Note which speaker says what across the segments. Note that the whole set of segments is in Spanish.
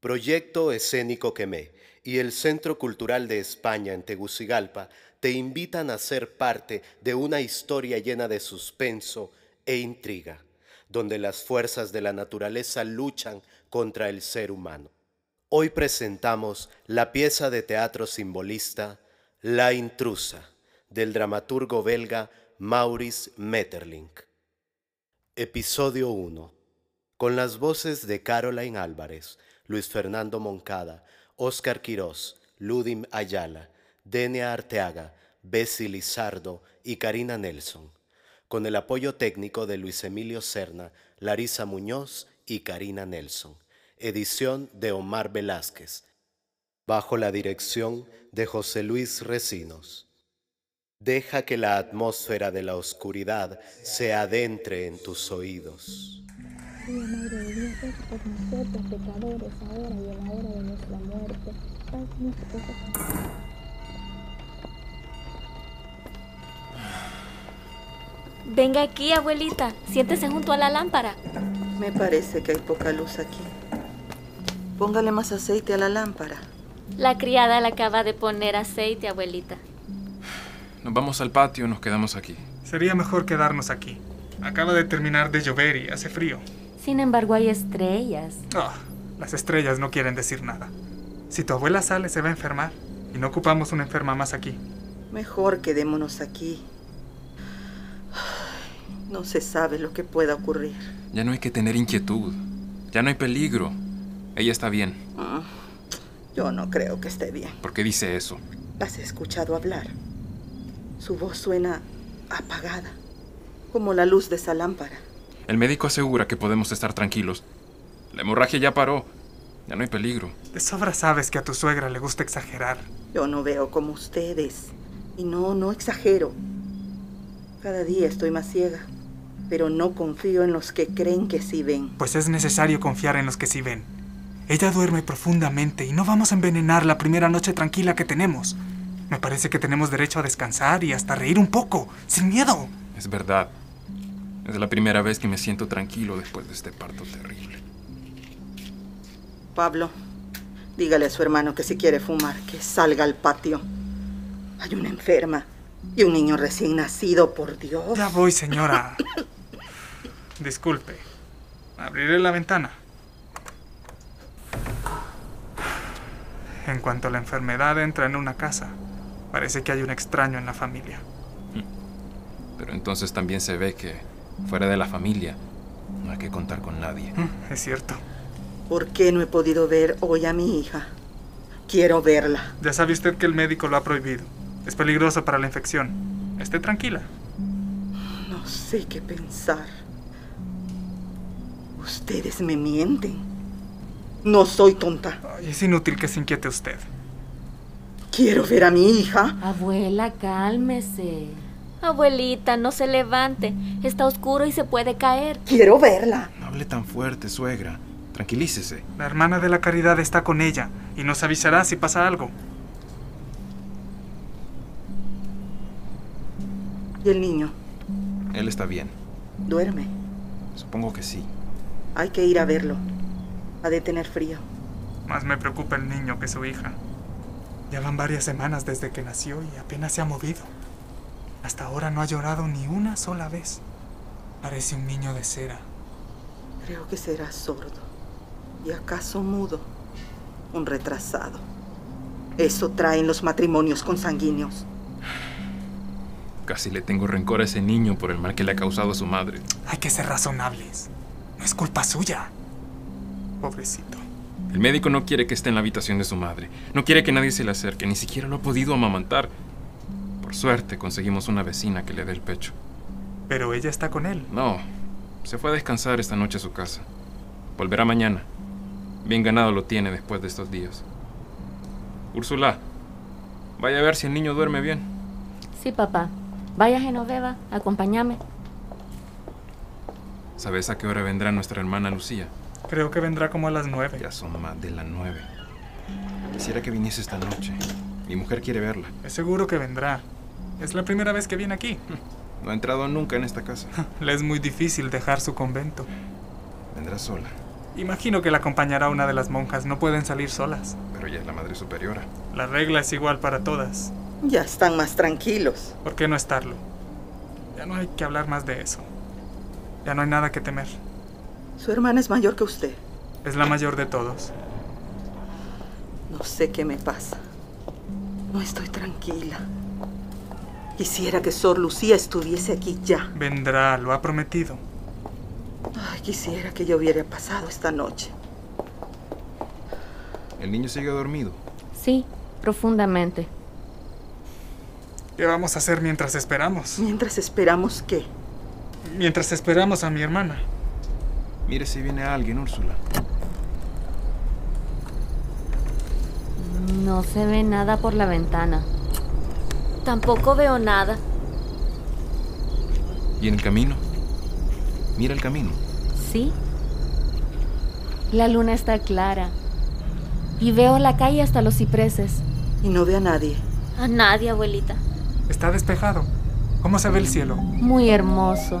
Speaker 1: Proyecto Escénico Quemé y el Centro Cultural de España en Tegucigalpa te invitan a ser parte de una historia llena de suspenso e intriga, donde las fuerzas de la naturaleza luchan contra el ser humano. Hoy presentamos la pieza de teatro simbolista La intrusa, del dramaturgo belga Maurice Metterlink. Episodio 1. Con las voces de Caroline Álvarez, Luis Fernando Moncada, Óscar Quirós, Ludim Ayala, Denia Arteaga, Bessie Lizardo y Karina Nelson, con el apoyo técnico de Luis Emilio Serna, Larisa Muñoz y Karina Nelson, edición de Omar Velázquez, bajo la dirección de José Luis Recinos. Deja que la atmósfera de la oscuridad se adentre en tus oídos.
Speaker 2: Dios Madre de Dios, es por nosotros pecadores, ahora y en la hora de nuestra muerte. Haznos pecar.
Speaker 3: Venga aquí, abuelita. Siéntese junto a la lámpara.
Speaker 4: Me parece que hay poca luz aquí. Póngale más aceite a la lámpara.
Speaker 3: La criada le acaba de poner aceite, abuelita.
Speaker 5: Nos vamos al patio o nos quedamos aquí.
Speaker 6: Sería mejor quedarnos aquí. Acaba de terminar de llover y hace frío.
Speaker 7: Sin embargo, hay estrellas.
Speaker 6: Ah, las estrellas no quieren decir nada. Si tu abuela sale, se va a enfermar. Y no ocupamos una enferma más aquí.
Speaker 4: Mejor quedémonos aquí. No se sabe lo que pueda ocurrir.
Speaker 5: Ya no hay que tener inquietud. Ya no hay peligro. Ella está bien.
Speaker 4: Ah, Yo no creo que esté bien.
Speaker 5: ¿Por qué dice eso?
Speaker 4: ¿Has escuchado hablar? Su voz suena apagada, como la luz de esa lámpara.
Speaker 5: El médico asegura que podemos estar tranquilos. La hemorragia ya paró. Ya no hay peligro.
Speaker 6: De sobra sabes que a tu suegra le gusta exagerar.
Speaker 4: Yo no veo como ustedes. Y no, no exagero. Cada día estoy más ciega, pero no confío en los que creen que sí ven.
Speaker 6: Pues es necesario confiar en los que sí ven. Ella duerme profundamente y no vamos a envenenar la primera noche tranquila que tenemos. Me parece que tenemos derecho a descansar y hasta reír un poco, sin miedo.
Speaker 5: Es verdad. Es la primera vez que me siento tranquilo después de este parto terrible.
Speaker 4: Pablo, dígale a su hermano que si quiere fumar, que salga al patio. Hay una enferma y un niño recién nacido, por Dios.
Speaker 6: Ya voy, señora. Disculpe. Abriré la ventana. En cuanto la enfermedad entra en una casa, parece que hay un extraño en la familia.
Speaker 5: Pero entonces también se ve que, fuera de la familia, no hay que contar con nadie.
Speaker 6: Mm, Es cierto.
Speaker 4: ¿Por qué no he podido ver hoy a mi hija? Quiero verla.
Speaker 6: Ya sabe usted que el médico lo ha prohibido. Es peligroso para la infección. Esté tranquila.
Speaker 4: No sé qué pensar. Ustedes me mienten. No soy tonta.
Speaker 6: Ay, es inútil que se inquiete usted.
Speaker 4: Quiero ver a mi hija.
Speaker 7: Abuela, cálmese.
Speaker 3: Abuelita, no se levante. Está oscuro y se puede caer.
Speaker 4: Quiero verla.
Speaker 5: No hable tan fuerte, suegra. Tranquilícese.
Speaker 6: La hermana de la caridad está con ella y nos avisará si pasa algo.
Speaker 4: ¿Y el niño?
Speaker 5: Él está bien.
Speaker 4: Duerme.
Speaker 5: Supongo que sí.
Speaker 4: Hay que ir a verlo. Ha de tener frío.
Speaker 6: Más me preocupa el niño que su hija. Ya van varias semanas desde que nació y apenas se ha movido. Hasta ahora no ha llorado ni una sola vez. Parece un niño de cera.
Speaker 4: Creo que será sordo. ¿Y acaso mudo? Un retrasado. Eso traen los matrimonios consanguíneos.
Speaker 5: Casi le tengo rencor a ese niño por el mal que le ha causado a su madre.
Speaker 6: Hay que ser razonables. No es culpa suya. Pobrecito.
Speaker 5: El médico no quiere que esté en la habitación de su madre. No quiere que nadie se le acerque. Ni siquiera lo ha podido amamantar. Por suerte conseguimos una vecina que le dé el pecho.
Speaker 6: Pero ella está con él.
Speaker 5: No, se fue a descansar esta noche a su casa. Volverá mañana. Bien ganado lo tiene después de estos días. Úrsula, vaya a ver si el niño duerme bien.
Speaker 7: Sí, papá. Vaya, Genoveva, acompáñame.
Speaker 5: ¿Sabes a qué hora vendrá nuestra hermana Lucía?
Speaker 6: Creo que vendrá como a las nueve.
Speaker 5: Ya son más de las nueve. Quisiera que viniese esta noche. Mi mujer quiere verla.
Speaker 6: Es seguro que vendrá. Es la primera vez que viene aquí.
Speaker 5: No ha entrado nunca en esta casa.
Speaker 6: Le es muy difícil dejar su convento.
Speaker 5: Vendrá sola.
Speaker 6: Imagino que la acompañará una de las monjas, no pueden salir solas.
Speaker 5: Pero ella es la madre superiora.
Speaker 6: La regla es igual para todas.
Speaker 4: Ya están más tranquilos.
Speaker 6: ¿Por qué no estarlo? Ya no hay que hablar más de eso. Ya no hay nada que temer.
Speaker 4: Su hermana es mayor que usted.
Speaker 6: Es la mayor de todos.
Speaker 4: No sé qué me pasa. No estoy tranquila. Quisiera que Sor Lucía estuviese aquí ya.
Speaker 6: Vendrá, lo ha prometido.
Speaker 4: Ay, quisiera que yo hubiera pasado esta noche.
Speaker 5: El niño sigue dormido.
Speaker 7: Sí, profundamente.
Speaker 6: ¿Qué vamos a hacer mientras esperamos?
Speaker 4: Mientras esperamos que...
Speaker 6: Mientras esperamos a mi hermana.
Speaker 5: Mire si viene alguien, Úrsula.
Speaker 7: No se ve nada por la ventana.
Speaker 3: Tampoco veo nada.
Speaker 5: ¿Y en el camino? Mira el camino.
Speaker 7: ¿Sí? La luna está clara. Y veo la calle hasta los cipreses.
Speaker 4: Y no ve a nadie.
Speaker 3: A nadie, abuelita.
Speaker 6: Está despejado. ¿Cómo se ve el cielo?
Speaker 7: Muy hermoso.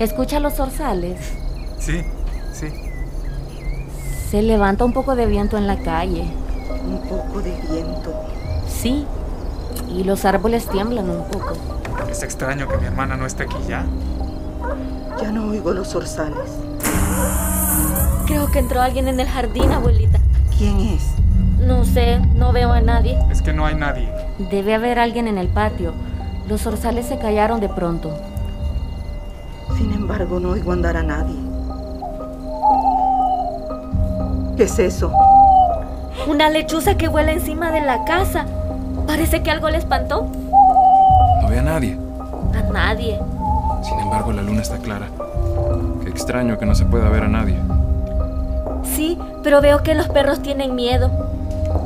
Speaker 7: Escucha los zorzales.
Speaker 6: Sí, sí.
Speaker 7: Se levanta un poco de viento en la calle.
Speaker 4: Un poco de viento.
Speaker 7: Sí. Y los árboles tiemblan un poco.
Speaker 6: Es extraño que mi hermana no esté aquí ya.
Speaker 4: Ya no oigo los zorzales.
Speaker 3: Creo que entró alguien en el jardín, abuelita.
Speaker 4: ¿Quién es?
Speaker 3: No sé, no veo a nadie.
Speaker 6: Es que no hay nadie.
Speaker 7: Debe haber alguien en el patio. Los zorzales se callaron de pronto.
Speaker 4: Sin embargo, no oigo andar a nadie. ¿Qué es eso?
Speaker 3: Una lechuza que vuela encima de la casa. Parece que algo le espantó.
Speaker 5: No ve a nadie.
Speaker 3: A nadie.
Speaker 5: Sin embargo, la luna está clara. Qué extraño que no se pueda ver a nadie.
Speaker 3: Sí, pero veo que los perros tienen miedo.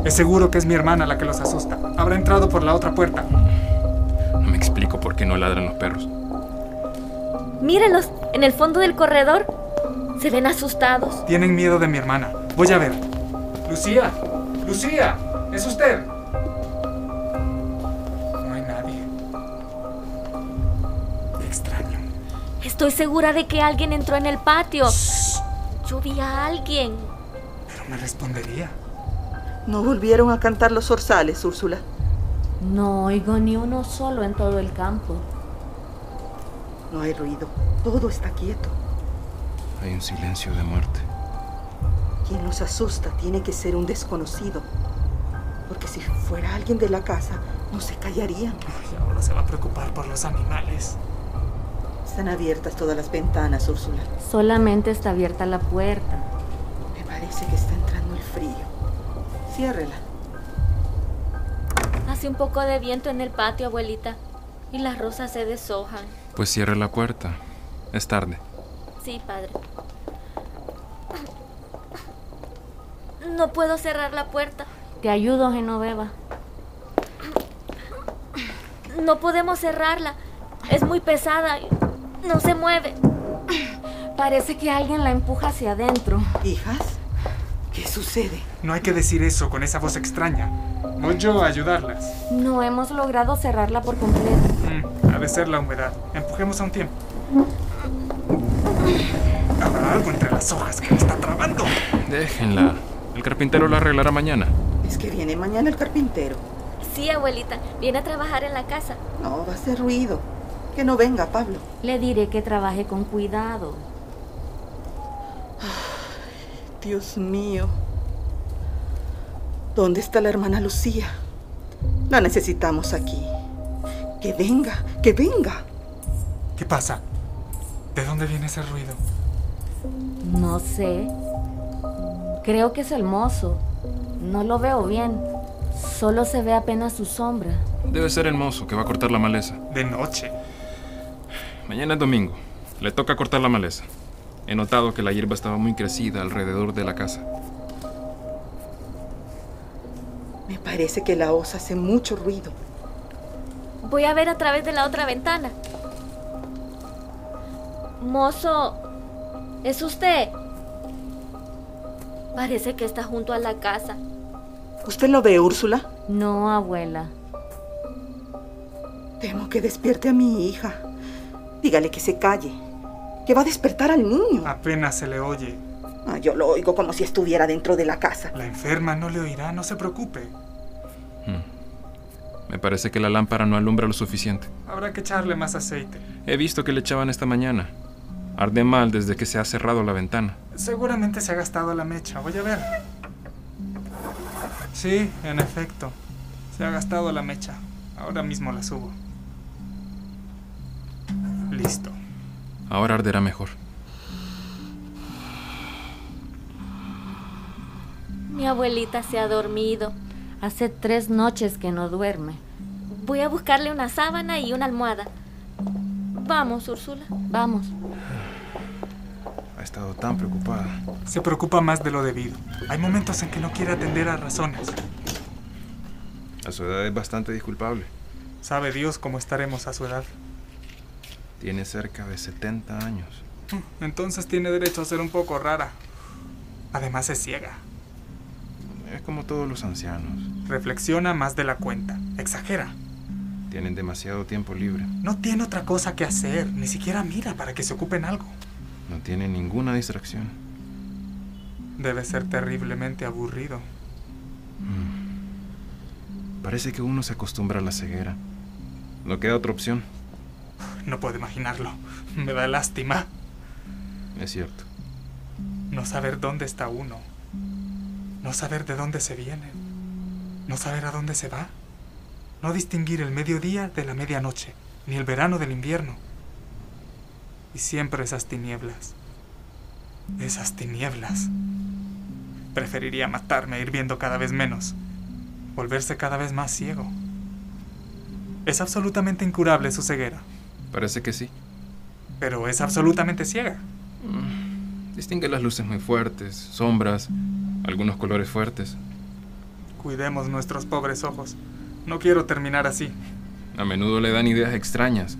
Speaker 6: Es seguro que es mi hermana la que los asusta. Habrá entrado por la otra puerta.
Speaker 5: No me explico por qué no ladran los perros.
Speaker 3: Mírenlos, en el fondo del corredor. Se ven asustados.
Speaker 6: Tienen miedo de mi hermana. Voy a ver. Lucía, Lucía, es usted. No hay nadie. Qué extraño.
Speaker 3: Estoy segura de que alguien entró en el patio. Yo vi a alguien.
Speaker 6: Pero me respondería.
Speaker 4: No volvieron a cantar los zorzales, Úrsula.
Speaker 7: No oigo ni uno solo en todo el campo.
Speaker 4: No hay ruido. Todo está quieto.
Speaker 5: Hay un silencio de muerte.
Speaker 4: Quien los asusta tiene que ser un desconocido. Porque si fuera alguien de la casa, no se callarían.
Speaker 6: Ay, ahora se va a preocupar por los animales.
Speaker 4: Están abiertas todas las ventanas, Úrsula.
Speaker 7: Solamente está abierta la puerta.
Speaker 4: Me parece que está entrando el frío. Ciérrela.
Speaker 3: Hace un poco de viento en el patio, abuelita. Y las rosas se deshojan.
Speaker 5: Pues cierre la puerta. Es tarde.
Speaker 3: Sí, padre. No puedo cerrar la puerta.
Speaker 7: Te ayudo, Genoveva.
Speaker 3: No podemos cerrarla. Es muy pesada. y No se mueve.
Speaker 7: Parece que alguien la empuja hacia adentro.
Speaker 4: ¿Hijas? ¿Qué sucede?
Speaker 6: No hay que decir eso con esa voz extraña. Voy yo a ayudarlas.
Speaker 7: No hemos logrado cerrarla por completo.
Speaker 6: Mm, ha de ser la humedad. Empujemos a un tiempo. Habrá algo entre las hojas que me está trabando.
Speaker 5: Déjenla. El carpintero la arreglará mañana.
Speaker 4: Es que viene mañana el carpintero.
Speaker 3: Sí, abuelita. Viene a trabajar en la casa.
Speaker 4: No, va a hacer ruido. Que no venga, Pablo.
Speaker 7: Le diré que trabaje con cuidado.
Speaker 4: Dios mío. ¿Dónde está la hermana Lucía? La necesitamos aquí. Que venga, que venga.
Speaker 6: ¿Qué pasa? ¿De dónde viene ese ruido?
Speaker 7: No sé. Creo que es el mozo. No lo veo bien. Solo se ve apenas su sombra.
Speaker 5: Debe ser el mozo que va a cortar la maleza.
Speaker 6: De noche.
Speaker 5: Mañana es domingo. Le toca cortar la maleza. He notado que la hierba estaba muy crecida alrededor de la casa.
Speaker 4: Me parece que la osa hace mucho ruido.
Speaker 3: Voy a ver a través de la otra ventana. Mozo, ¿es usted? Parece que está junto a la casa.
Speaker 4: ¿Usted lo ve, Úrsula?
Speaker 7: No, abuela.
Speaker 4: Temo que despierte a mi hija.
Speaker 6: Ah.
Speaker 4: Dígale que se calle. Que va a despertar al niño.
Speaker 6: Apenas se le oye.
Speaker 4: Ah, yo lo oigo como si estuviera dentro de la casa.
Speaker 6: La enferma no le oirá, no se preocupe.
Speaker 5: Me parece que la lámpara no alumbra lo suficiente.
Speaker 6: Habrá que echarle más aceite.
Speaker 5: He visto que le echaban esta mañana. Arde mal desde que se ha cerrado la ventana.
Speaker 6: Seguramente se ha gastado la mecha, voy a ver. Sí, en efecto. Se ha gastado la mecha. Ahora mismo la subo. Listo.
Speaker 5: Ahora arderá mejor.
Speaker 3: Mi abuelita se ha dormido.
Speaker 7: Hace tres noches que no duerme.
Speaker 3: Voy a buscarle una sábana y una almohada. Vamos, Úrsula.
Speaker 7: Vamos.
Speaker 5: Ha estado tan preocupada.
Speaker 6: Se preocupa más de lo debido. Hay momentos en que no quiere atender a razones.
Speaker 5: A su edad es bastante disculpable.
Speaker 6: Sabe Dios cómo estaremos a su edad.
Speaker 5: Tiene cerca de 70 años.
Speaker 6: Entonces tiene derecho a ser un poco rara. Además es ciega.
Speaker 5: Es como todos los ancianos.
Speaker 6: Reflexiona más de la cuenta. Exagera.
Speaker 5: Tienen demasiado tiempo libre.
Speaker 6: No tiene otra cosa que hacer. Ni siquiera mira para que se ocupe en algo.
Speaker 5: No tienen ninguna distracción.
Speaker 6: Debe ser terriblemente aburrido.
Speaker 5: Parece que uno se acostumbra a la ceguera. No queda otra opción.
Speaker 6: No puedo imaginarlo. Me da lástima
Speaker 5: Es cierto.
Speaker 6: no saber dónde está uno. No saber de dónde se viene. No saber a dónde se va. No distinguir el mediodía de la medianoche, ni el verano del invierno. Y siempre esas tinieblas. Esas tinieblas. Preferiría matarme e ir viendo cada vez menos. Volverse cada vez más ciego. Es absolutamente incurable su ceguera,
Speaker 5: Parece que sí.
Speaker 6: pero es absolutamente ciega.
Speaker 5: Distingue las luces muy fuertes, sombras, algunos colores fuertes.
Speaker 6: Cuidemos nuestros pobres ojos. No quiero terminar así.
Speaker 5: A menudo le dan ideas extrañas.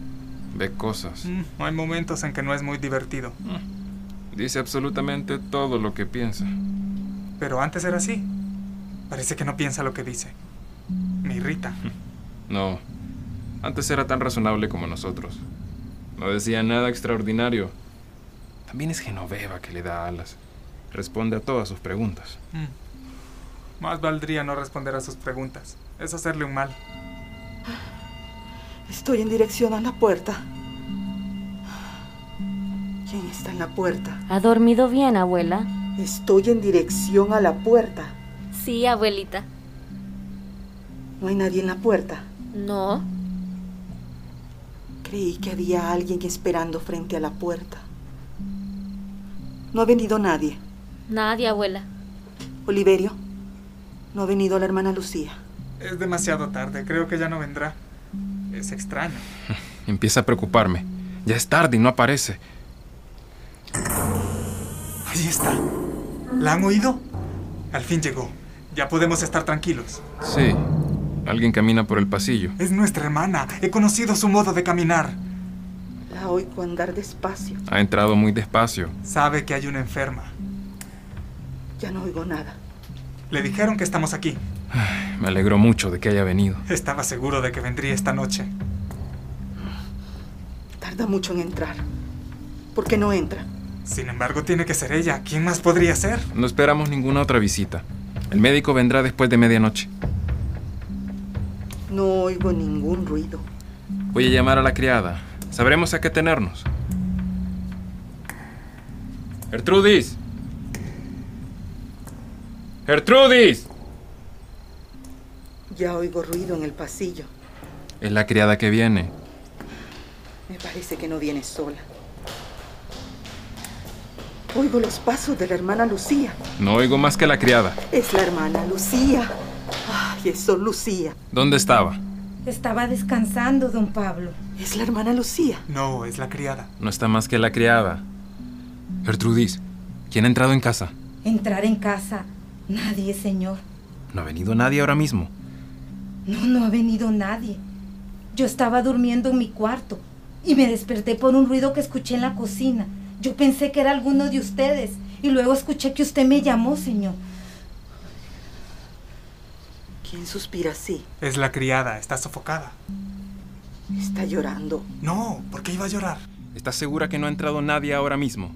Speaker 5: Ve cosas.
Speaker 6: Mm, hay momentos en que no es muy divertido.
Speaker 5: Dice absolutamente todo lo que piensa.
Speaker 6: Pero antes era así. Parece que no piensa lo que dice. Me irrita.
Speaker 5: No. Antes era tan razonable como nosotros. No decía nada extraordinario. También es Genoveva que le da alas. Responde a todas sus preguntas.
Speaker 6: Mm. Más valdría no responder a sus preguntas. Es hacerle un mal.
Speaker 4: Estoy en dirección a la puerta. ¿Quién está en la puerta?
Speaker 7: ¿Ha dormido bien, abuela?
Speaker 4: Estoy en dirección a la puerta.
Speaker 3: Sí, abuelita.
Speaker 4: No hay nadie en la puerta.
Speaker 3: No.
Speaker 4: Creí que había alguien esperando frente a la puerta. No ha venido nadie.
Speaker 3: Nadie, abuela.
Speaker 4: Oliverio, no ha venido la hermana Lucía.
Speaker 6: Es demasiado tarde. Creo que ya no vendrá. Es extraño.
Speaker 5: Empieza a preocuparme. Ya es tarde y no aparece.
Speaker 6: Ahí está. ¿La han oído? Al fin llegó. Ya podemos estar tranquilos.
Speaker 5: Sí. Alguien camina por el pasillo.
Speaker 6: Es nuestra hermana. He conocido su modo de caminar.
Speaker 4: La oigo andar despacio.
Speaker 5: Ha entrado muy despacio.
Speaker 6: Sabe que hay una enferma.
Speaker 4: Ya no oigo nada.
Speaker 6: Le dijeron que estamos aquí.
Speaker 5: Me alegró mucho de que haya venido.
Speaker 6: Estaba seguro de que vendría esta noche.
Speaker 4: Tarda mucho en entrar. ¿Por qué no entra?
Speaker 6: Sin embargo, tiene que ser ella. ¿Quién más podría ser?
Speaker 5: No esperamos ninguna otra visita. El médico vendrá después de medianoche.
Speaker 4: No oigo ningún ruido.
Speaker 5: Voy a llamar a la criada. Sabremos a qué tenernos. Gertrudis. Gertrudis.
Speaker 4: Ya oigo ruido en el pasillo.
Speaker 5: Es la criada que viene.
Speaker 4: Me parece que no viene sola. Oigo los pasos de la hermana Lucía.
Speaker 5: No oigo más que la criada.
Speaker 4: Es la hermana Lucía. Ay, eso, Lucía.
Speaker 5: ¿Dónde estaba?
Speaker 8: Estaba descansando, don Pablo.
Speaker 4: Es la hermana Lucía.
Speaker 6: No, es la criada.
Speaker 5: No está más que la criada. Gertrudis, ¿quién ha entrado en casa?
Speaker 8: Entrar en casa. Nadie, señor.
Speaker 5: No ha venido nadie ahora mismo.
Speaker 8: No, no ha venido nadie. Yo estaba durmiendo en mi cuarto y me desperté por un ruido que escuché en la cocina. Yo pensé que era alguno de ustedes y luego escuché que usted me llamó, señor.
Speaker 4: ¿Quién suspira así?
Speaker 6: Es la criada. Está sofocada.
Speaker 4: Está llorando.
Speaker 6: No, ¿por qué iba a llorar?
Speaker 5: ¿Estás segura que no ha entrado nadie ahora mismo?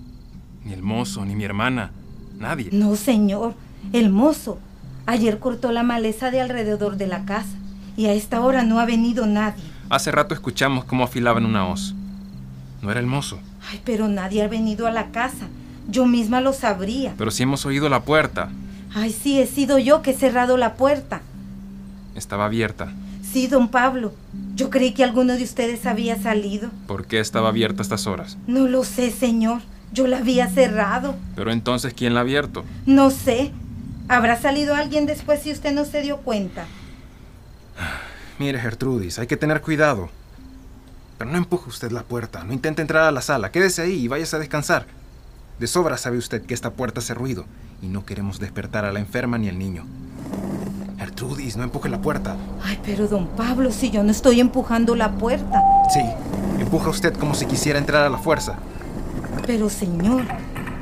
Speaker 5: Ni el mozo, ni mi hermana. Nadie.
Speaker 8: No, señor. El mozo. Ayer cortó la maleza de alrededor de la casa y a esta hora no ha venido nadie.
Speaker 5: Hace rato escuchamos cómo afilaban una hoz. No era el mozo,
Speaker 8: Ay, pero nadie ha venido a la casa. Yo misma lo sabría.
Speaker 5: pero sí hemos oído la puerta.
Speaker 8: Ay, sí, he sido yo que he cerrado la puerta.
Speaker 5: Estaba abierta.
Speaker 8: Sí, don Pablo. Yo creí que alguno de ustedes había salido.
Speaker 5: ¿Por qué estaba abierta a estas horas?
Speaker 8: No lo sé, señor. Yo la había cerrado.
Speaker 5: Pero entonces, ¿quién la ha abierto?
Speaker 8: No sé. Habrá salido alguien después si usted no se dio cuenta.
Speaker 9: Mire, Gertrudis, hay que tener cuidado. Pero no empuje usted la puerta, no intente entrar a la sala, quédese ahí y váyase a descansar. De sobra sabe usted que esta puerta hace ruido y no queremos despertar a la enferma ni al niño. Gertrudis, no empuje la puerta.
Speaker 8: Ay, pero don Pablo, si yo no estoy empujando la puerta.
Speaker 9: Sí, empuja usted como si quisiera entrar a la fuerza.
Speaker 8: Pero señor,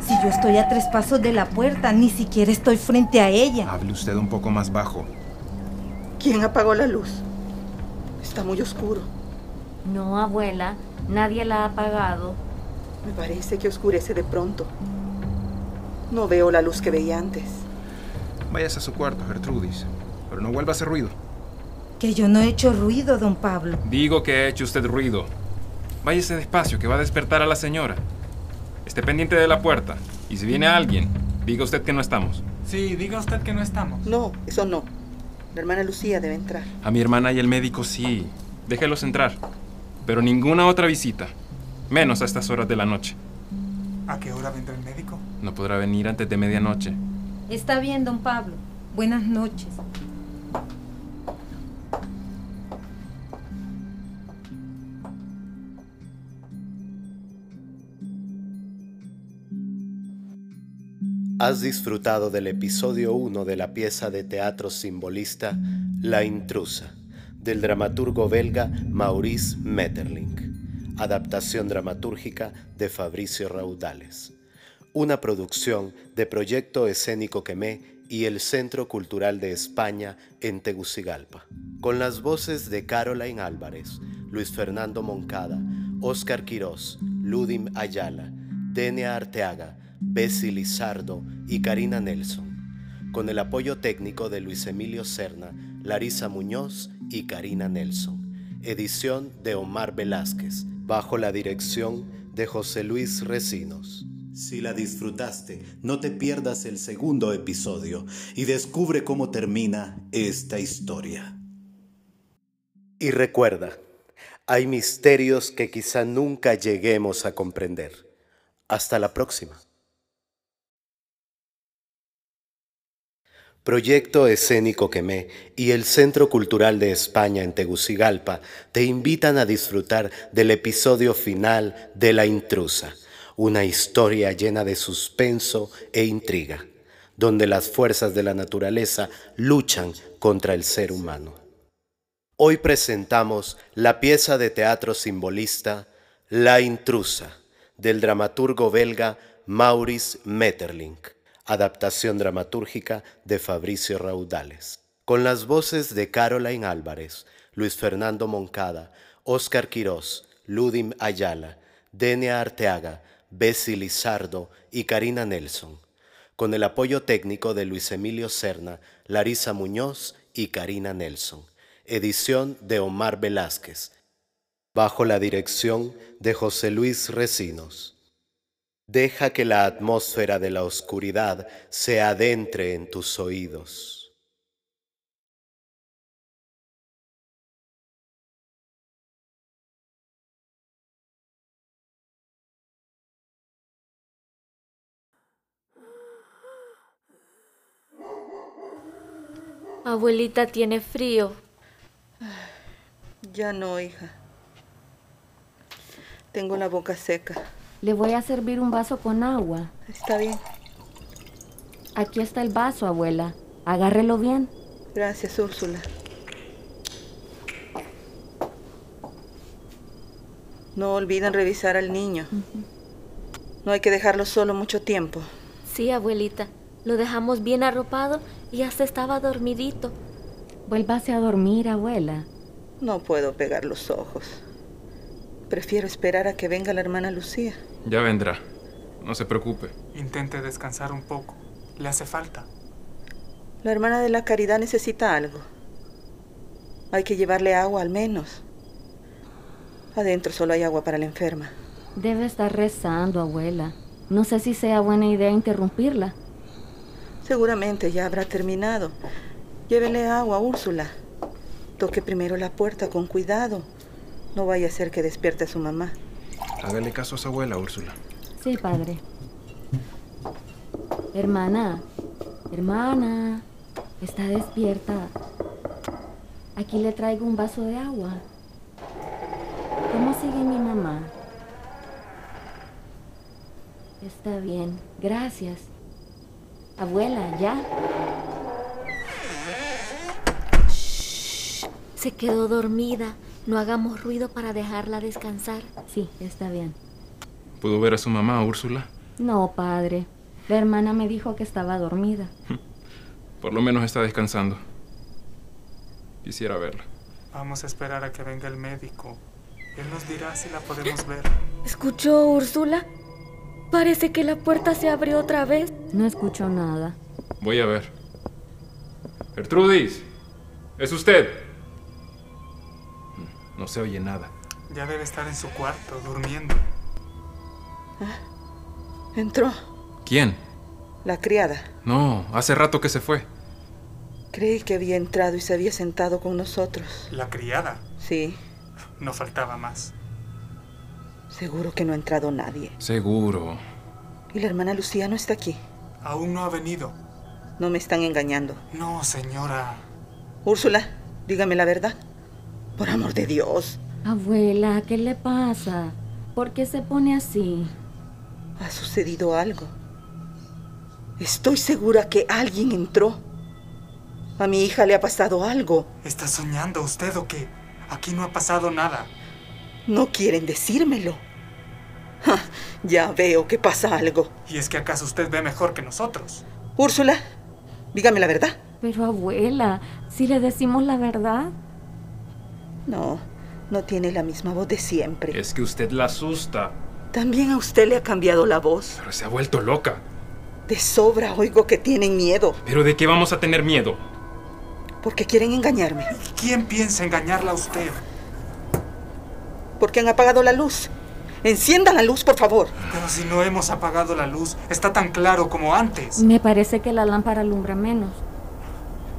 Speaker 8: si yo estoy a tres pasos de la puerta, ni siquiera estoy frente a ella.
Speaker 9: Hable usted un poco más bajo.
Speaker 4: ¿Quién apagó la luz? Está muy oscuro.
Speaker 7: No, abuela, nadie la ha pagado.
Speaker 4: Me parece que oscurece de pronto. No veo la luz que veía antes.
Speaker 9: Váyase a su cuarto, Gertrudis, pero no vuelva a hacer ruido.
Speaker 8: Que yo no he hecho ruido, don Pablo.
Speaker 5: Digo que ha hecho usted ruido. Váyase despacio, que va a despertar a la señora. Esté pendiente de la puerta. Y si viene alguien, diga usted que no estamos.
Speaker 6: Sí, diga usted que no estamos.
Speaker 4: No, eso no. La hermana Lucía debe entrar.
Speaker 5: A mi hermana y el médico sí. Déjelos entrar. Pero ninguna otra visita. Menos a estas horas de la noche.
Speaker 6: ¿A qué hora vendrá el médico?
Speaker 5: No podrá venir antes de medianoche.
Speaker 8: Está bien, don Pablo. Buenas noches.
Speaker 1: Has disfrutado del episodio 1 de la pieza de teatro simbolista La intrusa, del dramaturgo belga Maurice Metterling, adaptación dramatúrgica de Fabricio Raudales, una producción de Proyecto Escénico Quemé y el Centro Cultural de España en Tegucigalpa, con las voces de Caroline Álvarez, Luis Fernando Moncada, Óscar Quirós, Ludim Ayala, Denia Arteaga, Bessie Lizardo y Karina Nelson, con el apoyo técnico de Luis Emilio Cerna, Larisa Muñoz y Karina Nelson. Edición de Omar Velázquez, bajo la dirección de José Luis Recinos. Si la disfrutaste, no te pierdas el segundo episodio y descubre cómo termina esta historia. Y recuerda, hay misterios que quizá nunca lleguemos a comprender. Hasta la próxima. Proyecto Escénico Quemé y el Centro Cultural de España en Tegucigalpa te invitan a disfrutar del episodio final de La Intrusa, una historia llena de suspenso e intriga, donde las fuerzas de la naturaleza luchan contra el ser humano. Hoy presentamos la pieza de teatro simbolista La intrusa del dramaturgo belga Maurice Metterlink, adaptación dramatúrgica de Fabricio Raudales, con las voces de Caroline Álvarez, Luis Fernando Moncada, Óscar Quirós, Ludim Ayala, Denia Arteaga, Bessie Lizardo y Karina Nelson, con el apoyo técnico de Luis Emilio Cerna, Larisa Muñoz y Karina Nelson. Edición de Omar Velázquez, bajo la dirección de José Luis Recinos. Deja que la atmósfera de la oscuridad se adentre en tus oídos.
Speaker 3: Abuelita tiene frío.
Speaker 4: Ya no, hija. Tengo la boca seca.
Speaker 7: Le voy a servir un vaso con agua.
Speaker 4: Está bien.
Speaker 7: Aquí está el vaso, abuela. Agárrelo bien.
Speaker 4: Gracias, Úrsula. No olviden revisar al niño. No hay que dejarlo solo mucho tiempo.
Speaker 3: Sí, abuelita. Lo dejamos bien arropado y hasta estaba dormidito.
Speaker 7: Vuélvase a dormir, abuela.
Speaker 4: No puedo pegar los ojos. Prefiero esperar a que venga la hermana Lucía.
Speaker 5: Ya vendrá. No se preocupe.
Speaker 6: Intente descansar un poco. Le hace falta.
Speaker 4: La hermana de la caridad necesita algo. Hay que llevarle agua al menos. Adentro solo hay agua para la enferma.
Speaker 7: Debe estar rezando, abuela. No sé si sea buena idea interrumpirla.
Speaker 4: Seguramente ya habrá terminado. Llévele agua, Úrsula. Toque primero la puerta con cuidado. No vaya a ser que despierte a su mamá.
Speaker 9: Hágale caso a su abuela, Úrsula.
Speaker 7: Sí, padre. Hermana, hermana, está despierta. Aquí le traigo un vaso de agua. ¿Cómo sigue mi mamá? Está bien, gracias. Abuela, ya.
Speaker 3: Se quedó dormida. No hagamos ruido para dejarla descansar.
Speaker 7: Sí, está bien.
Speaker 5: ¿Pudo ver a su mamá, Úrsula?
Speaker 7: No, padre. La hermana me dijo que estaba dormida.
Speaker 5: Por lo menos está descansando. Quisiera verla.
Speaker 6: Vamos a esperar a que venga el médico. Él nos dirá si la podemos ver.
Speaker 3: ¿Escuchó Úrsula? Parece que la puerta se abrió otra vez.
Speaker 7: No escucho nada.
Speaker 5: Voy a ver. Gertrudis, es usted. No se oye nada.
Speaker 6: Ya debe estar en su cuarto, durmiendo.
Speaker 4: Entró.
Speaker 5: ¿Quién?
Speaker 4: La criada.
Speaker 5: No, hace rato que se fue.
Speaker 4: Creí que había entrado y se había sentado con nosotros.
Speaker 6: La criada.
Speaker 4: Sí,
Speaker 6: No faltaba más.
Speaker 4: seguro que no ha entrado nadie.
Speaker 5: Seguro.
Speaker 4: Y la hermana Lucía no está aquí.
Speaker 6: Aún no ha venido.
Speaker 4: No me están engañando.
Speaker 6: No, señora.
Speaker 4: Úrsula, dígame la verdad. Por amor de Dios.
Speaker 7: Abuela, ¿qué le pasa? ¿Por qué se pone así?
Speaker 4: Ha sucedido algo. Estoy segura que alguien entró. A mi hija le ha pasado algo.
Speaker 6: ¿Está soñando usted o qué? Aquí no ha pasado nada.
Speaker 4: No quieren decírmelo. Ja, ya veo que pasa algo.
Speaker 6: ¿Y es que acaso usted ve mejor que nosotros?
Speaker 4: Úrsula, dígame la verdad.
Speaker 7: Pero abuela, si le decimos la verdad,
Speaker 4: No, no tiene la misma voz de siempre.
Speaker 5: Es que usted la asusta.
Speaker 4: También a usted le ha cambiado la voz.
Speaker 5: Pero se ha vuelto loca.
Speaker 4: De sobra oigo que tienen miedo,
Speaker 5: ¿Pero de qué vamos a tener miedo?
Speaker 4: porque quieren engañarme,
Speaker 6: ¿Quién piensa engañarla a usted?
Speaker 4: porque han apagado la luz. Encienda la luz, por favor.
Speaker 6: Pero si no hemos apagado la luz, está tan claro como antes.
Speaker 7: me parece que la lámpara alumbra menos.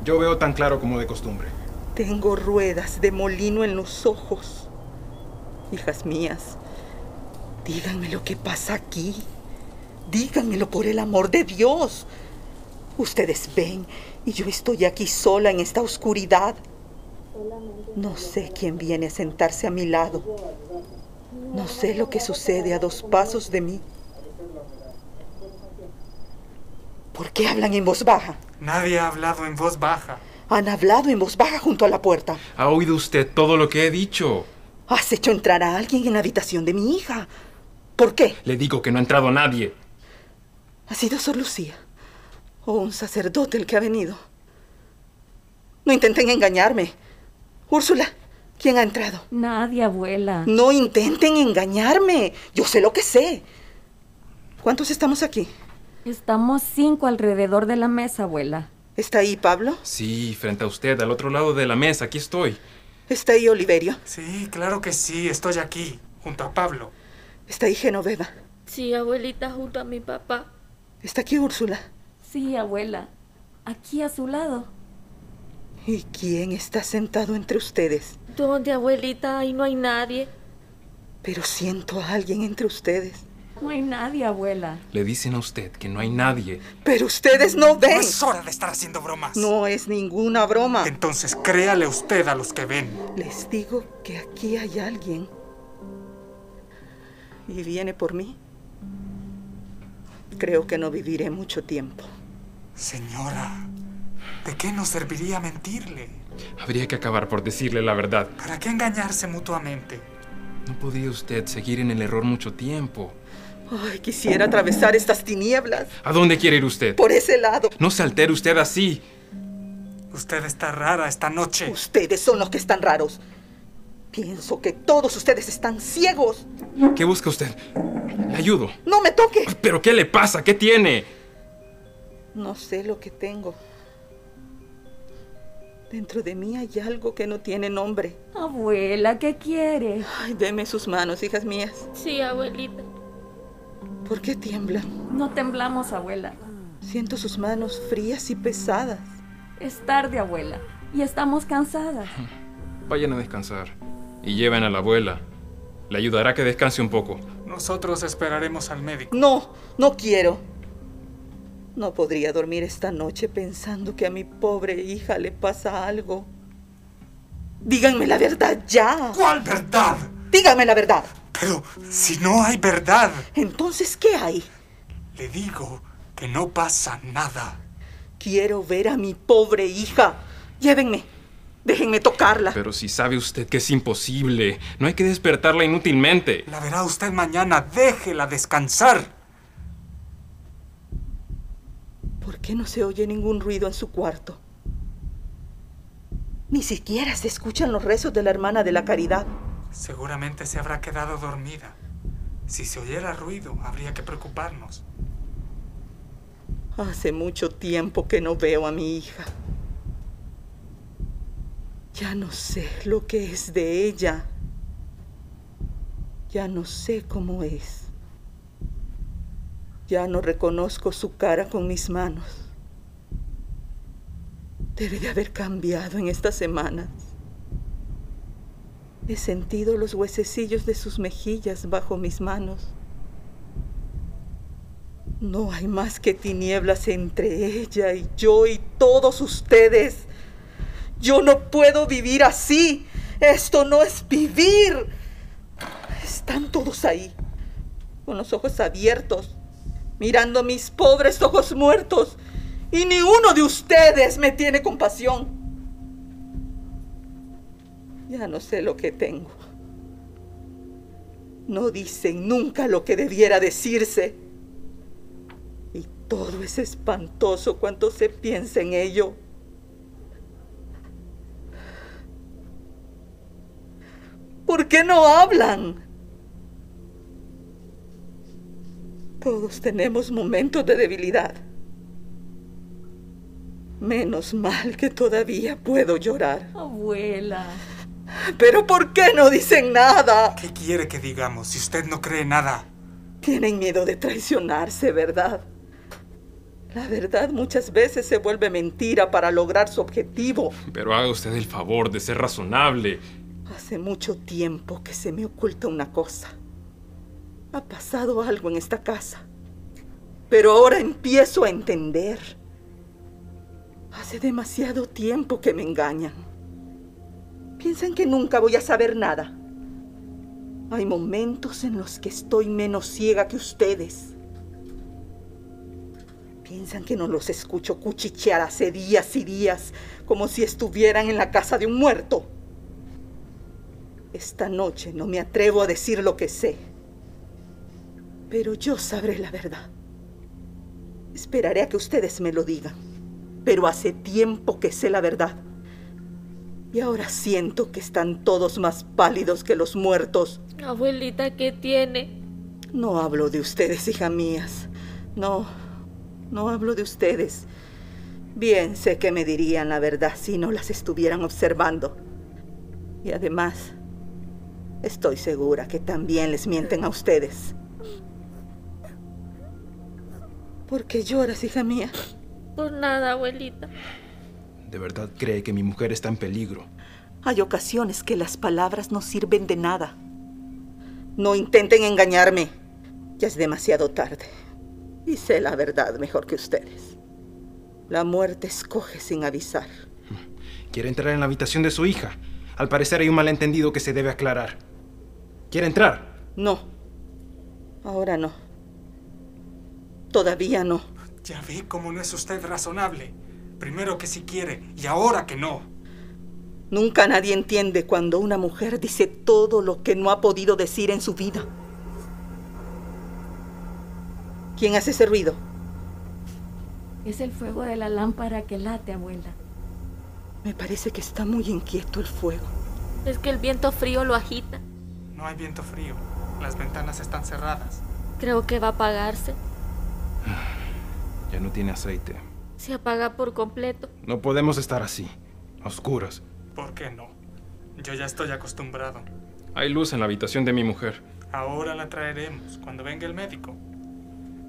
Speaker 9: Yo veo tan claro como de costumbre.
Speaker 4: Tengo ruedas de molino en los ojos. Hijas mías, díganme lo que pasa aquí. Díganmelo por el amor de Dios. Ustedes ven y yo estoy aquí sola en esta oscuridad. No sé quién viene a sentarse a mi lado. No sé lo que sucede a dos pasos de mí. ¿Por qué hablan en voz baja?
Speaker 6: Nadie ha hablado en voz baja.
Speaker 4: Han hablado en voz baja junto a la puerta.
Speaker 5: ¿Ha oído usted todo lo que he dicho?
Speaker 4: Has hecho entrar a alguien en la habitación de mi hija. ¿Por qué?
Speaker 5: Le digo que no ha entrado nadie.
Speaker 4: ¿Ha sido Sor Lucía? ¿O un sacerdote el que ha venido? No intenten engañarme. Úrsula, ¿quién ha entrado?
Speaker 7: Nadie, abuela.
Speaker 4: No intenten engañarme. Yo sé lo que sé. ¿Cuántos estamos aquí?
Speaker 7: Estamos cinco alrededor de la mesa, abuela.
Speaker 4: ¿Está ahí Pablo?
Speaker 5: Sí, frente a usted, al otro lado de la mesa, aquí estoy.
Speaker 4: ¿Está ahí Oliverio?
Speaker 6: Sí, claro que sí, estoy aquí, junto a Pablo.
Speaker 4: ¿Está ahí Genoveva?
Speaker 3: Sí, abuelita, junto a mi papá.
Speaker 4: ¿Está aquí Úrsula?
Speaker 7: Sí, abuela. Aquí a su lado.
Speaker 4: ¿Y quién está sentado entre ustedes?
Speaker 3: ¿Dónde, abuelita? Ahí no hay nadie.
Speaker 4: Pero siento a alguien entre ustedes.
Speaker 7: No hay nadie, abuela.
Speaker 5: Le dicen a usted que no hay nadie.
Speaker 4: Pero ustedes no
Speaker 6: No
Speaker 4: ven.
Speaker 6: es hora de estar haciendo bromas.
Speaker 4: No es ninguna broma.
Speaker 6: Entonces créale usted a los que ven.
Speaker 4: Les digo que aquí hay alguien. ¿Y viene por mí? Creo que no viviré mucho tiempo.
Speaker 6: Señora, ¿de qué nos serviría mentirle?
Speaker 5: Habría que acabar por decirle la verdad.
Speaker 6: ¿Para qué engañarse mutuamente?
Speaker 5: No podía usted seguir en el error mucho tiempo.
Speaker 4: Ay, quisiera atravesar estas tinieblas
Speaker 5: ¿A dónde quiere ir usted?
Speaker 4: por ese lado.
Speaker 5: No se altere usted así.
Speaker 6: Usted está rara esta noche.
Speaker 4: Ustedes son los que están raros. Pienso que todos ustedes están ciegos.
Speaker 5: ¿Qué busca usted? Le ayudo.
Speaker 4: No me toque.
Speaker 5: ¿Pero qué le pasa? ¿Qué tiene?
Speaker 4: No sé lo que tengo. Dentro de mí hay algo que no tiene nombre.
Speaker 7: Abuela, ¿qué quieres?
Speaker 4: Ay, deme sus manos, hijas mías.
Speaker 3: Sí, abuelita.
Speaker 4: ¿Por qué tiemblan?
Speaker 7: No temblamos, abuela.
Speaker 4: Siento sus manos frías y pesadas.
Speaker 7: Es tarde, abuela. Y estamos cansadas.
Speaker 5: Vayan a descansar. Y lleven a la abuela. Le ayudará a que descanse un poco.
Speaker 6: Nosotros esperaremos al médico.
Speaker 4: No, no quiero. No podría dormir esta noche pensando que a mi pobre hija le pasa algo. Díganme la verdad ya.
Speaker 6: ¿Cuál verdad?
Speaker 4: Díganme la verdad.
Speaker 6: Pero si no hay verdad,
Speaker 4: Entonces, ¿qué hay?
Speaker 6: le digo que no pasa nada.
Speaker 4: Quiero ver a mi pobre hija. Llévenme. Déjenme tocarla.
Speaker 5: Pero si sabe usted que es imposible, no hay que despertarla inútilmente.
Speaker 6: La verá usted mañana. Déjela descansar.
Speaker 4: ¿Por qué no se oye ningún ruido en su cuarto? Ni siquiera se escuchan los rezos de la hermana de la caridad.
Speaker 6: Seguramente se habrá quedado dormida. Si se oyera ruido, habría que preocuparnos.
Speaker 4: Hace mucho tiempo que no veo a mi hija. Ya no sé lo que es de ella. Ya no sé cómo es. Ya no reconozco su cara con mis manos. Debe de haber cambiado en estas semanas. He sentido los huesecillos de sus mejillas bajo mis manos. No hay más que tinieblas entre ella y yo y todos ustedes. Yo no puedo vivir así. Esto no es vivir. Están todos ahí, con los ojos abiertos, mirando mis pobres ojos muertos. Y ni uno de ustedes me tiene compasión. Ya no sé lo que tengo. No dicen nunca lo que debiera decirse. Y todo es espantoso cuando se piensa en ello. ¿Por qué no hablan? Todos tenemos momentos de debilidad. Menos mal que todavía puedo llorar.
Speaker 7: Abuela.
Speaker 4: Pero ¿por qué no dicen nada?
Speaker 6: ¿Qué quiere que digamos si usted no cree nada?
Speaker 4: Tienen miedo de traicionarse, ¿verdad? La verdad muchas veces se vuelve mentira para lograr su objetivo.
Speaker 5: Pero haga usted el favor de ser razonable.
Speaker 4: Hace mucho tiempo que se me oculta una cosa. Ha pasado algo en esta casa. Pero ahora empiezo a entender. Hace demasiado tiempo que me engañan. Piensan que nunca voy a saber nada. Hay momentos en los que estoy menos ciega que ustedes. Piensan que no los escucho cuchichear hace días y días, como si estuvieran en la casa de un muerto. Esta noche no me atrevo a decir lo que sé. Pero yo sabré la verdad. Esperaré a que ustedes me lo digan. Pero hace tiempo que sé la verdad. Y ahora siento que están todos más pálidos que los muertos.
Speaker 3: Abuelita, ¿qué tiene?
Speaker 4: No hablo de ustedes, hija mías. No, no hablo de ustedes. Bien sé que me dirían la verdad si no las estuvieran observando. Y además, estoy segura que también les mienten a ustedes. ¿Por qué lloras, hija mía?
Speaker 3: Por Pues nada, abuelita.
Speaker 9: ¿De verdad cree que mi mujer está en peligro?
Speaker 4: Hay ocasiones que las palabras no sirven de nada. No intenten engañarme. Ya es demasiado tarde. Y sé la verdad mejor que ustedes. La muerte escoge sin avisar.
Speaker 9: Quiere entrar en la habitación de su hija. Al parecer hay un malentendido que se debe aclarar. ¿Quiere entrar?
Speaker 4: No. Ahora no. Todavía no.
Speaker 6: Ya ve cómo no es usted razonable. Primero que si quiere y ahora que no.
Speaker 4: Nunca nadie entiende cuando una mujer dice todo lo que no ha podido decir en su vida. ¿Quién hace ese ruido?
Speaker 7: Es el fuego de la lámpara que late, abuela.
Speaker 4: Me parece que está muy inquieto el fuego.
Speaker 3: Es que el viento frío lo agita.
Speaker 6: No hay viento frío. Las ventanas están cerradas.
Speaker 3: Creo que va a apagarse.
Speaker 9: Ya no tiene aceite.
Speaker 3: Se apaga por completo.
Speaker 9: No podemos estar así, a oscuras.
Speaker 6: ¿Por qué no? Yo ya estoy acostumbrado.
Speaker 5: Hay luz en la habitación de mi mujer.
Speaker 6: Ahora la traeremos cuando venga el médico.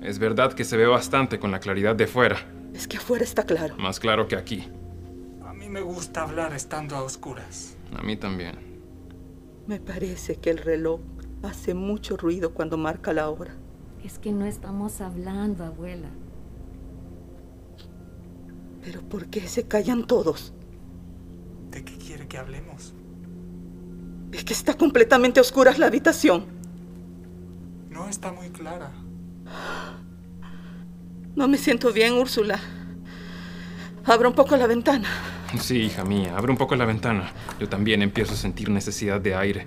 Speaker 5: Es verdad que se ve bastante con la claridad de fuera,
Speaker 4: Es que afuera está claro.
Speaker 5: más claro que aquí.
Speaker 6: A mí me gusta hablar estando a oscuras.
Speaker 5: A mí también.
Speaker 4: Me parece que el reloj hace mucho ruido cuando marca la hora.
Speaker 7: Es que no estamos hablando, abuela.
Speaker 4: Pero ¿por qué se callan todos?
Speaker 6: ¿De qué quiere que hablemos?
Speaker 4: Es que está completamente a oscuras la habitación.
Speaker 6: No está muy clara.
Speaker 4: No me siento bien, Úrsula. Abra un poco la ventana.
Speaker 5: Sí, hija mía, abre un poco la ventana. Yo también empiezo a sentir necesidad de aire.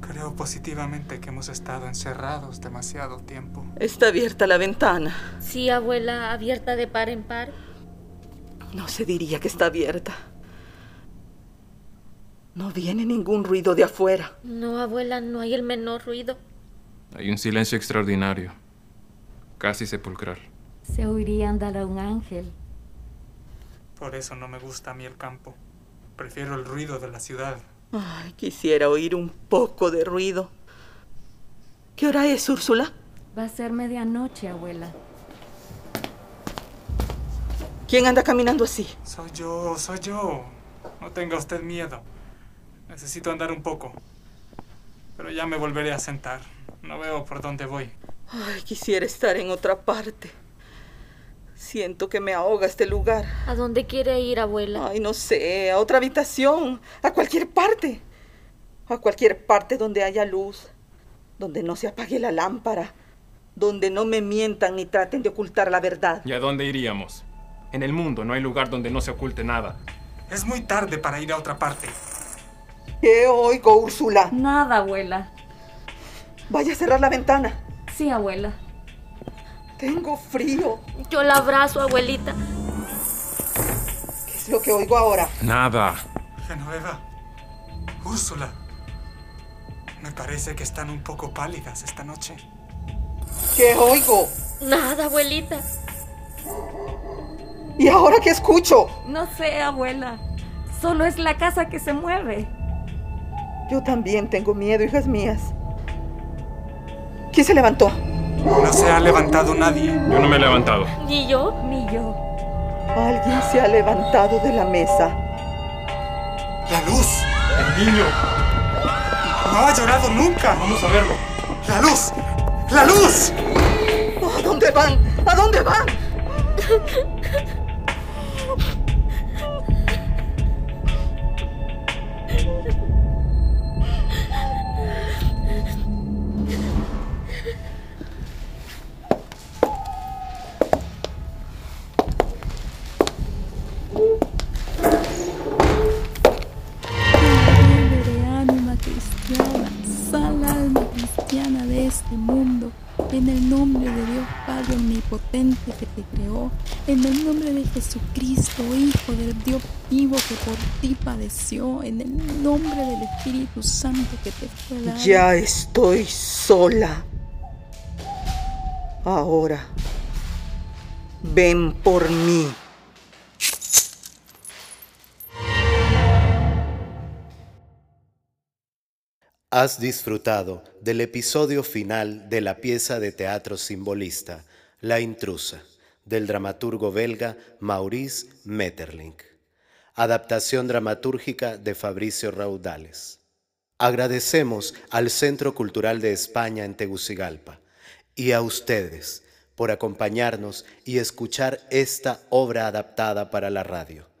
Speaker 6: Creo positivamente que hemos estado encerrados demasiado tiempo.
Speaker 4: Está abierta la ventana.
Speaker 3: Sí, abuela, abierta de par en par.
Speaker 4: No se diría que está abierta. No viene ningún ruido de afuera.
Speaker 3: No, abuela, no hay el menor ruido.
Speaker 5: Hay un silencio extraordinario, casi sepulcral.
Speaker 7: Se oiría andar a un ángel.
Speaker 6: Por eso no me gusta a mí el campo. Prefiero el ruido de la ciudad.
Speaker 4: Ay, quisiera oír un poco de ruido. ¿Qué hora es, Úrsula?
Speaker 7: Va a ser medianoche, abuela.
Speaker 4: ¿Quién anda caminando así?
Speaker 6: Soy yo, soy yo. No tenga usted miedo. Necesito andar un poco. Pero ya me volveré a sentar. No veo por dónde voy.
Speaker 4: Ay, quisiera estar en otra parte. Siento que me ahoga este lugar.
Speaker 3: ¿A dónde quiere ir, abuela?
Speaker 4: Ay, no sé, a otra habitación, a cualquier parte. A cualquier parte donde haya luz, donde no se apague la lámpara, donde no me mientan ni traten de ocultar la verdad.
Speaker 5: ¿Y a dónde iríamos? En el mundo no hay lugar donde no se oculte nada.
Speaker 6: Es muy tarde para ir a otra parte.
Speaker 4: ¿Qué oigo, Úrsula?
Speaker 7: Nada, abuela.
Speaker 4: Vaya a cerrar la ventana.
Speaker 7: Sí, abuela.
Speaker 4: Tengo frío.
Speaker 3: Yo la abrazo, abuelita.
Speaker 4: ¿Qué es lo que oigo ahora?
Speaker 5: Nada.
Speaker 6: Genoveva. Úrsula. Me parece que están un poco pálidas esta noche.
Speaker 4: ¿Qué oigo?
Speaker 3: Nada, abuelita.
Speaker 4: ¿Y ahora qué escucho?
Speaker 7: No sé, abuela. Solo es la casa que se mueve.
Speaker 4: Yo también tengo miedo, hijas mías. ¿Quién se levantó?
Speaker 6: No se ha levantado nadie.
Speaker 5: Yo no me he levantado.
Speaker 3: ¿Y yo?
Speaker 7: Ni yo.
Speaker 4: Alguien se ha levantado de la mesa.
Speaker 6: La luz.
Speaker 5: El niño,
Speaker 6: No ha llorado nunca.
Speaker 5: vamos a verlo.
Speaker 6: La luz. La luz.
Speaker 4: ¿A dónde van? ¿A dónde van?
Speaker 10: de ánima cristiana, sal alma cristiana de este mundo, en el nombre de Dios Padre Omnipotente que te creó, en el nombre de Jesucristo, Hijo del Dios vivo que por ti padeció, en el nombre del Espíritu Santo que te fue dado.
Speaker 4: Ya estoy sola. Ahora, ven por mí.
Speaker 1: Has disfrutado del episodio final de la pieza de teatro simbolista La intrusa, del dramaturgo belga Maurice Metterlink. Adaptación dramatúrgica de Fabricio Raudales. Agradecemos al Centro Cultural de España en Tegucigalpa y a ustedes por acompañarnos y escuchar esta obra adaptada para la radio.